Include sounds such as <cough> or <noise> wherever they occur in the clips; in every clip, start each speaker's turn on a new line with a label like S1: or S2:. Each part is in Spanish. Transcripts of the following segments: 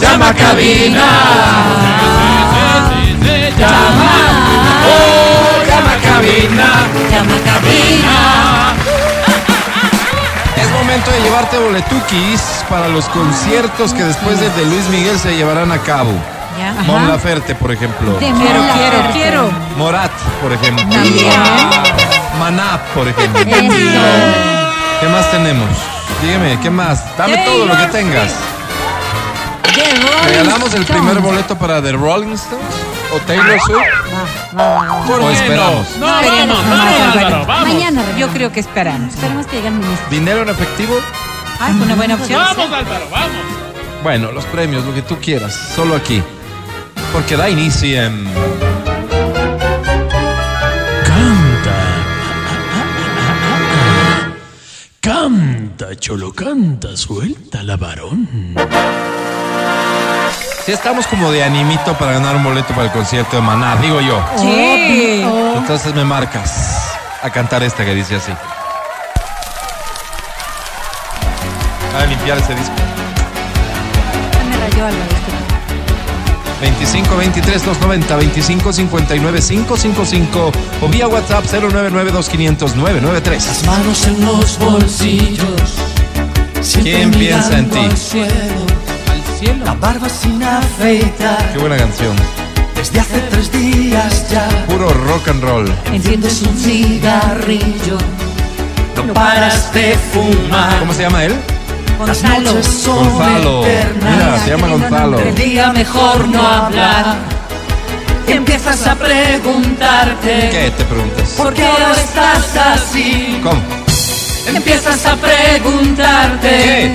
S1: Llama a cabina. Llama. Oh, llama a cabina.
S2: Llama a cabina.
S3: Es momento de llevarte boletuquis para los conciertos que después de, de Luis Miguel se llevarán a cabo.
S2: Ya.
S3: Mon Laferte, por ejemplo.
S2: Te quiero, quiero, quiero.
S3: Morat, por ejemplo. Maná, por ejemplo.
S2: Eso.
S3: ¿Qué más tenemos? Dígame, ¿qué más? Dame todo lo que tengas.
S2: Llegó.
S3: ¿Regalamos el primer boleto para The Rolling Stones? ¿O Taylor Swift?
S1: ¿Por
S3: O
S1: qué
S3: esperamos.
S1: no? No,
S2: Esperemos, vamos,
S1: vamos, vamos,
S2: Álvaro.
S1: Álvaro, vamos.
S4: Mañana,
S2: Yo creo que esperamos.
S4: Esperemos que llegue el ministro.
S3: ¿Dinero en efectivo?
S2: Ah, es una buena opción.
S1: Vamos, Álvaro, vamos.
S3: Bueno, los premios, lo que tú quieras, solo aquí. Porque da inicio en...
S5: Canta. Canta, cholo, canta, suelta la varón.
S3: Si estamos como de animito para ganar un boleto para el concierto de Maná, digo yo.
S2: Sí.
S3: Entonces me marcas a cantar esta que dice así. A limpiar ese disco.
S4: Me rayó algo, disculpa.
S3: 25 23 290 25 59 555 o vía WhatsApp 099 2500 993.
S6: Manos en los bolsillos. siempre
S3: ¿Quién piensa en
S6: mirando
S3: ti?
S6: Al cielo,
S1: Al cielo.
S6: la barba sin afeitar.
S3: Qué buena canción.
S6: Desde hace tres días ya.
S3: Puro rock and roll.
S2: ¿Entiendes?
S6: Enciendes un cigarrillo. No paras de fumar.
S3: ¿Cómo se llama él?
S6: Las
S2: Gonzalo.
S6: noches son
S3: Gonzalo. Mira,
S6: eternas.
S3: se llama Gonzalo.
S6: El día mejor no hablar. Y empiezas a preguntarte.
S3: ¿Qué te preguntas?
S6: ¿Por qué ahora estás así?
S3: ¿Cómo?
S6: Empiezas a preguntarte.
S3: ¿Qué?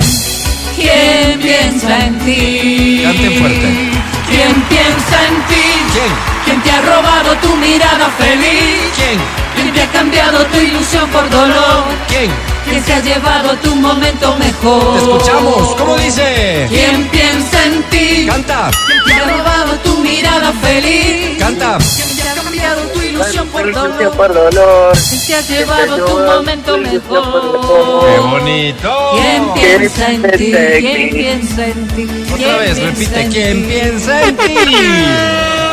S6: ¿Quién piensa en ti?
S3: Canten fuerte.
S6: ¿Quién piensa en ti?
S3: ¿Quién?
S6: ¿Quién te ha robado tu mirada feliz?
S3: ¿Quién?
S6: ¿Quién te ha cambiado tu ilusión por dolor?
S3: ¿Quién?
S6: ¿Quién se ha llevado tu momento
S3: Te
S6: mejor?
S3: escuchamos. ¿Cómo dice?
S6: ¿Quién piensa en ti?
S3: Canta,
S6: ¿Quién te ha robado tu mirada feliz?
S3: canta.
S6: ¿Quién te ha cambiado tu ilusión por
S7: Lucio
S6: dolor?
S7: por dolor.
S6: ¿Quién te ha llevado tu momento
S3: Qué
S6: mejor?
S3: bonito.
S6: ¿Quién piensa en ti? ¿Quién piensa en ti?
S3: Otra
S6: ¿Quién
S3: vez,
S6: piensa
S3: repite.
S6: en
S3: ¿Quién
S6: ti?
S3: piensa en ti?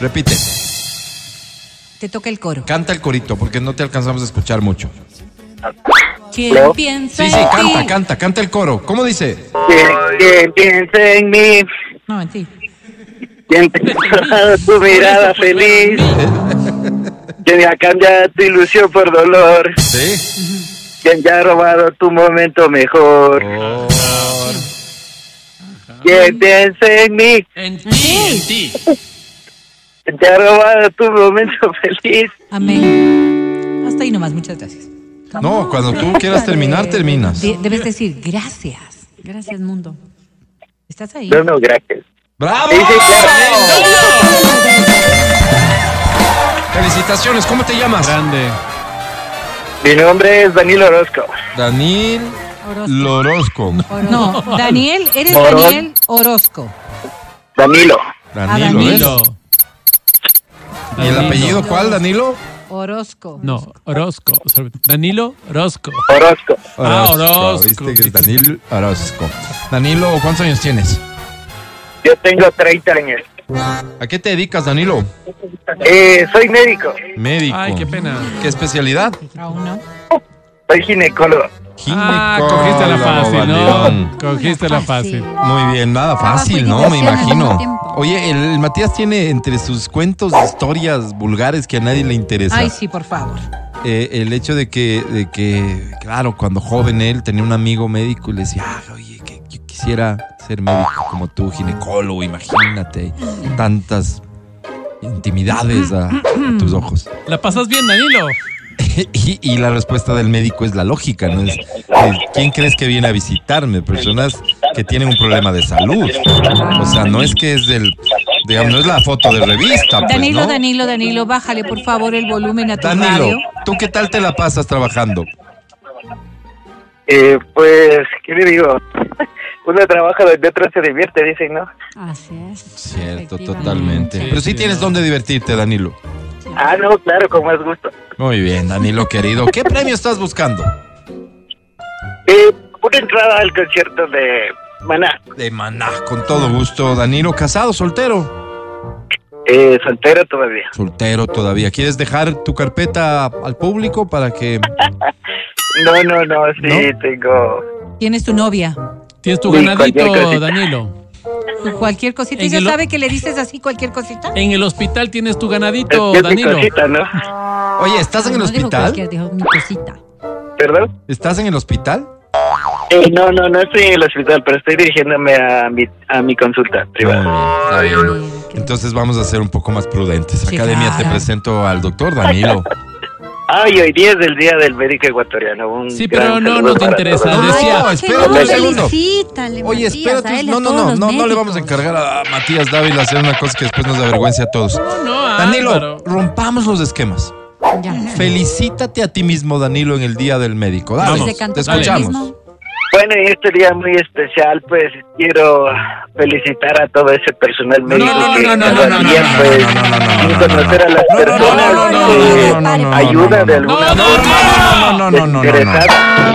S3: Repite.
S2: Te toca el coro.
S3: Canta el corito porque no te alcanzamos a escuchar mucho.
S2: ¿Quién piensa
S3: Sí, sí,
S2: en
S3: canta,
S2: ti?
S3: canta, canta el coro. ¿Cómo dice?
S7: ¿Quién, quién piensa en mí?
S2: No, en ti.
S7: ¿Quién te ha robado tu mirada feliz? ¿Quién te ha cambiado tu ilusión por dolor?
S3: Sí.
S7: ¿Quién te ha robado tu momento mejor? ¿Quién piensa en mí?
S1: En ti, en ti.
S7: ¿Quién te ha robado tu momento feliz?
S2: Amén. Hasta ahí nomás, muchas gracias.
S3: No, cuando tú quieras terminar, terminas.
S2: De- debes decir gracias. Gracias, mundo. ¿Estás ahí?
S7: No, no, gracias.
S3: ¡Bravo!
S7: Sí, sí, claro.
S3: Felicitaciones, ¿cómo te llamas?
S1: Grande.
S7: Mi nombre es Danilo Orozco.
S3: Daniel Lorozco.
S2: No,
S3: <laughs>
S2: Daniel, eres
S7: Morón.
S2: Daniel Orozco.
S7: Danilo.
S3: Danilo, ¿ves?
S1: Danilo.
S3: ¿Y el
S1: Danilo.
S3: apellido cuál, Danilo?
S2: Orozco.
S1: No, Orozco. Sorry, Danilo Orozco.
S7: Orozco.
S1: Ah, Orozco.
S3: ¿Viste que es Danilo Orozco. Danilo, ¿cuántos años tienes?
S7: Yo tengo 30 años.
S3: ¿A qué te dedicas, Danilo?
S7: Eh, soy médico.
S3: Médico.
S1: Ay, qué pena.
S3: ¿Qué especialidad?
S2: Aún no.
S7: Soy ginecólogo.
S1: Ah,
S3: Ginecólogo,
S1: cogiste la fácil, ¿no?
S3: Danilón.
S1: Cogiste la fácil.
S3: Muy bien, nada fácil,
S4: Trabajo y
S3: ¿no? Me
S4: diversión al mismo
S3: imagino.
S4: tiempo.
S3: Oye, el, el Matías tiene entre sus cuentos historias vulgares que a nadie le interesa.
S2: Ay, sí, por favor.
S3: eh, el hecho de que, de que, claro, cuando joven él tenía un amigo médico y le decía, "Ah, oye, que yo quisiera ser médico como tú, ginecólogo, imagínate, tantas intimidades a, a tus ojos.
S1: ¿La pasas bien, Danilo?
S3: Y, y la respuesta del médico es la lógica, ¿no? Es, eh, ¿quién crees que viene a visitarme? Personas que tienen un problema de salud. O sea, no es que es del, digamos, no es la foto de revista, pues,
S2: Danilo,
S3: ¿no?
S2: Danilo, Danilo, bájale por favor el volumen a tu
S3: Danilo,
S2: radio.
S3: ¿tú qué tal te la pasas trabajando?
S7: Eh, pues, ¿qué le digo? <laughs> Uno trabaja donde otro se divierte, dicen, ¿no?
S4: Así es.
S3: Cierto,
S4: Efectivamente.
S3: totalmente.
S1: Sí,
S3: Pero sí
S1: sí,
S3: tienes
S1: no.
S3: dónde divertirte, Danilo.
S7: Ah, no, claro, con más gusto.
S3: Muy bien, Danilo querido. ¿Qué premio estás buscando?
S7: Eh, una entrada al concierto de Maná.
S3: De Maná, con todo gusto. Danilo, casado, soltero.
S7: Eh, soltero todavía.
S3: Soltero todavía. ¿Quieres dejar tu carpeta al público para que...
S7: No, no, no, sí,
S3: ¿No?
S7: tengo.
S2: ¿Quién es tu novia?
S1: Tienes tu
S7: Sí, cualquier
S1: ganadito,
S7: cosita.
S1: Danilo.
S2: Cualquier cosita.
S1: En
S2: ¿Ella
S1: el o-
S2: sabe que le dices así cualquier cosita?
S1: En el hospital tienes tu ganadito,
S7: es mi
S1: Danilo.
S7: cosita, ¿no? <laughs>
S3: Oye, ¿estás en el
S2: No dijo
S3: hospital?
S2: cualquier, dijo mi cosita.
S7: ¿Perdón?
S3: ¿Estás en el hospital?
S7: Eh, no, no, no estoy en el hospital, pero estoy dirigiéndome a mi, a mi consulta
S3: Muy
S7: privada.
S3: bien, está bien.
S2: Mira, qué-
S3: Entonces vamos a ser un poco más prudentes.
S2: Sí,
S3: Academia, te
S2: claro.
S3: presento al doctor Danilo.
S7: Ay, hoy día es el día del médico ecuatoriano. un
S1: Sí,
S7: gran
S1: pero no
S7: saludo
S1: nos
S7: para
S1: interesa.
S7: todos.
S3: No,
S1: decía-
S3: no,
S2: que
S3: espérate
S2: no,
S3: un segundo.
S4: Felicítale,
S3: Oye,
S4: Matías, a
S3: espérate.
S4: él y a
S3: No, no,
S4: todos
S3: no,
S4: los
S3: no, no le
S4: médicos.
S3: vamos a encargar a Matías Dávila a hacer una cosa que después nos avergüence a todos.
S1: No, no,
S3: Danilo,
S1: Álvaro.
S3: rompamos los esquemas.
S2: Ya.
S3: Felicítate a ti mismo, Danilo, en el Día del Médico. Dale,
S1: Vamos,
S2: Se cantó
S3: te
S2: con el
S3: escuchamos.
S2: mismo.
S7: Bueno, y este día muy especial, pues quiero felicitar a todo ese personal médico
S1: no,
S7: que
S1: no, no,
S7: cada
S1: no, no,
S7: día,
S1: no, no,
S7: pues,
S3: no, no, no, no,
S7: sin
S3: no, no,
S7: conocer a las
S3: No, no, no,
S7: personas
S3: no, no, no,
S7: que
S3: no, no, no, no,
S7: ayuda de
S3: no,
S7: alguna
S1: No, no,
S7: forma
S3: no, no, no, no, no, no, no.
S7: desinteresada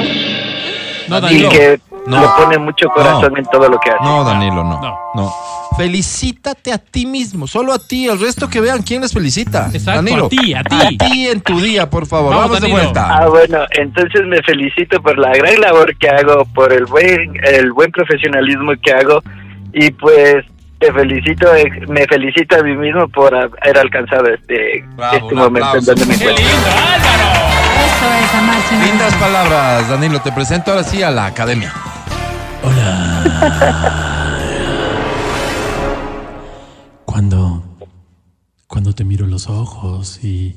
S1: No,
S7: y
S1: Danilo.
S7: que
S3: No.
S7: le pone mucho corazón
S3: No.
S7: en todo lo que hace.
S3: No, Danilo, no.
S1: Ah, No.
S3: No. Felicítate a ti mismo, solo a ti, al resto que vean quién les felicita.
S1: Exacto,
S3: Danilo,
S1: a ti, a ti.
S3: en tu día, por favor. Vamos,
S1: Vamos,
S3: de
S1: Danilo.
S3: vuelta.
S7: Ah, bueno, entonces me felicito por la gran labor que hago, por el buen, el buen profesionalismo que hago y pues te felicito, eh, me felicito a mí mismo por haber alcanzado este,
S3: Bravo,
S7: este
S3: un
S7: momento en
S3: aplauso.
S7: donde me
S1: ¡Qué
S7: encuentro.
S1: lindo, Álvaro!
S2: Eso es, amar sin
S3: Lindas
S2: razón.
S3: palabras, Danilo. Te presento ahora sí a la academia.
S5: Cuando. Cuando te miro los ojos y.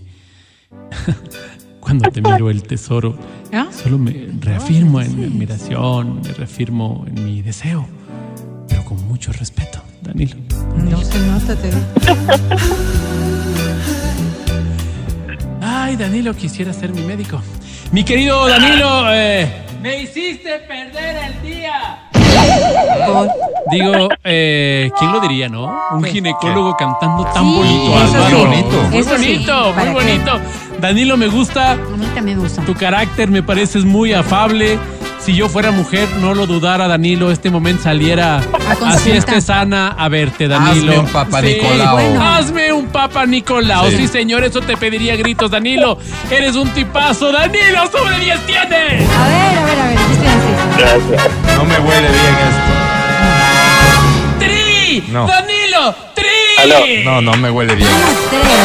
S5: <laughs> cuando te miro el tesoro,
S2: ¿Ah?
S5: solo me reafirmo en mi admiración, me reafirmo en mi deseo, pero con mucho respeto, Danilo.
S2: No se nota, te digo.
S5: Ay, Danilo, quisiera ser mi médico.
S1: Mi querido Danilo, eh, me hiciste perder el día. Digo, eh, ¿quién lo diría, no? Un ginecólogo cantando tan
S2: Pues, Sí,
S1: bonito,
S2: eso
S1: Álvaro.
S3: sí. Bonito.
S1: Muy
S2: Eso sí,
S1: bonito, muy
S2: ¿para qué?
S1: bonito. Danilo, me gusta
S2: A mí también me gusta.
S1: tu carácter, me pareces muy afable. Si yo fuera mujer, no lo dudara, Danilo, este momento saliera
S2: consulta.
S1: así esté sana a verte, Danilo.
S3: Hazme un Papa Nicolau.
S2: Bueno.
S1: Hazme un Papa Nicolau. Sí. señor, eso te pediría a gritos, Danilo. Eres un tipazo, Danilo, sobre 10 tienes.
S2: A ver, a ver, a ver. ¿qué estoy haciendo?
S7: Gracias.
S3: No me huele bien esto.
S1: ¡Tri!
S3: No.
S1: ¡Danilo! ¡Tri!
S7: Aló.
S1: Eh.
S3: No, no me huele bien.
S2: Unos tres.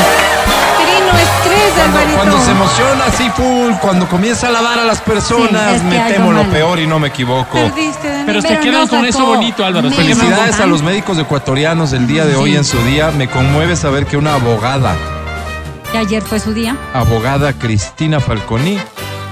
S2: Trino es tres, Alvarito.
S3: Cuando se emociona así full, cuando comienza a lavar a las
S2: Sí,
S3: personas,
S2: es que
S3: me
S2: algo
S3: temo lo
S2: malo.
S3: peor y no me equivoco.
S2: Perdiste, Dani,
S1: Pero se quedan
S2: no
S1: con eso
S2: sacó.
S1: bonito, Álvaro, se
S2: Menos
S3: Felicidades a
S2: mal.
S3: los médicos ecuatorianos el día de hoy
S2: Sí.
S3: en su día. Me conmueve saber que una abogada,
S2: Que Ayer fue su día.
S3: abogada Cristina Falconi,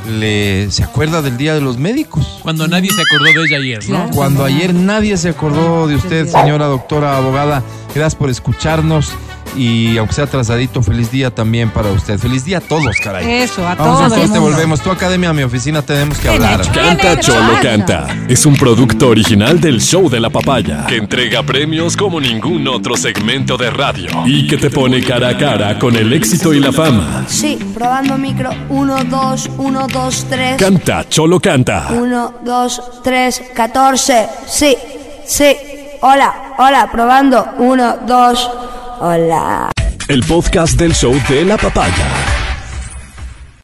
S3: le, se acuerda del Día de los Médicos.
S1: Cuando nadie se acordó de ella ayer, ¿no?
S2: Claro.
S3: Cuando ayer nadie se acordó de usted,
S2: Es cierto.
S3: señora doctora abogada, gracias por escucharnos y aunque sea atrasadito, feliz día también para usted. Feliz día a todos, caray.
S2: Eso, Eh, a
S3: Vamos
S2: todos.
S3: a corte,
S2: mundo.
S3: volvemos. Tu academia, mi oficina, tenemos que
S2: Bien
S3: hablar.
S2: hecho.
S8: Canta Cholo Canta es un producto original del Show de la Papaya que entrega premios como ningún otro segmento de radio y que te pone cara a cara con el éxito y la fama.
S9: Sí, probando micro. 1, 2, 1, 2, 3.
S8: Canta Cholo Canta.
S9: 1, 2, 3, 14. Sí, sí. Hola, hola, probando. 1, 2, hola.
S8: El podcast del Show de la Papaya.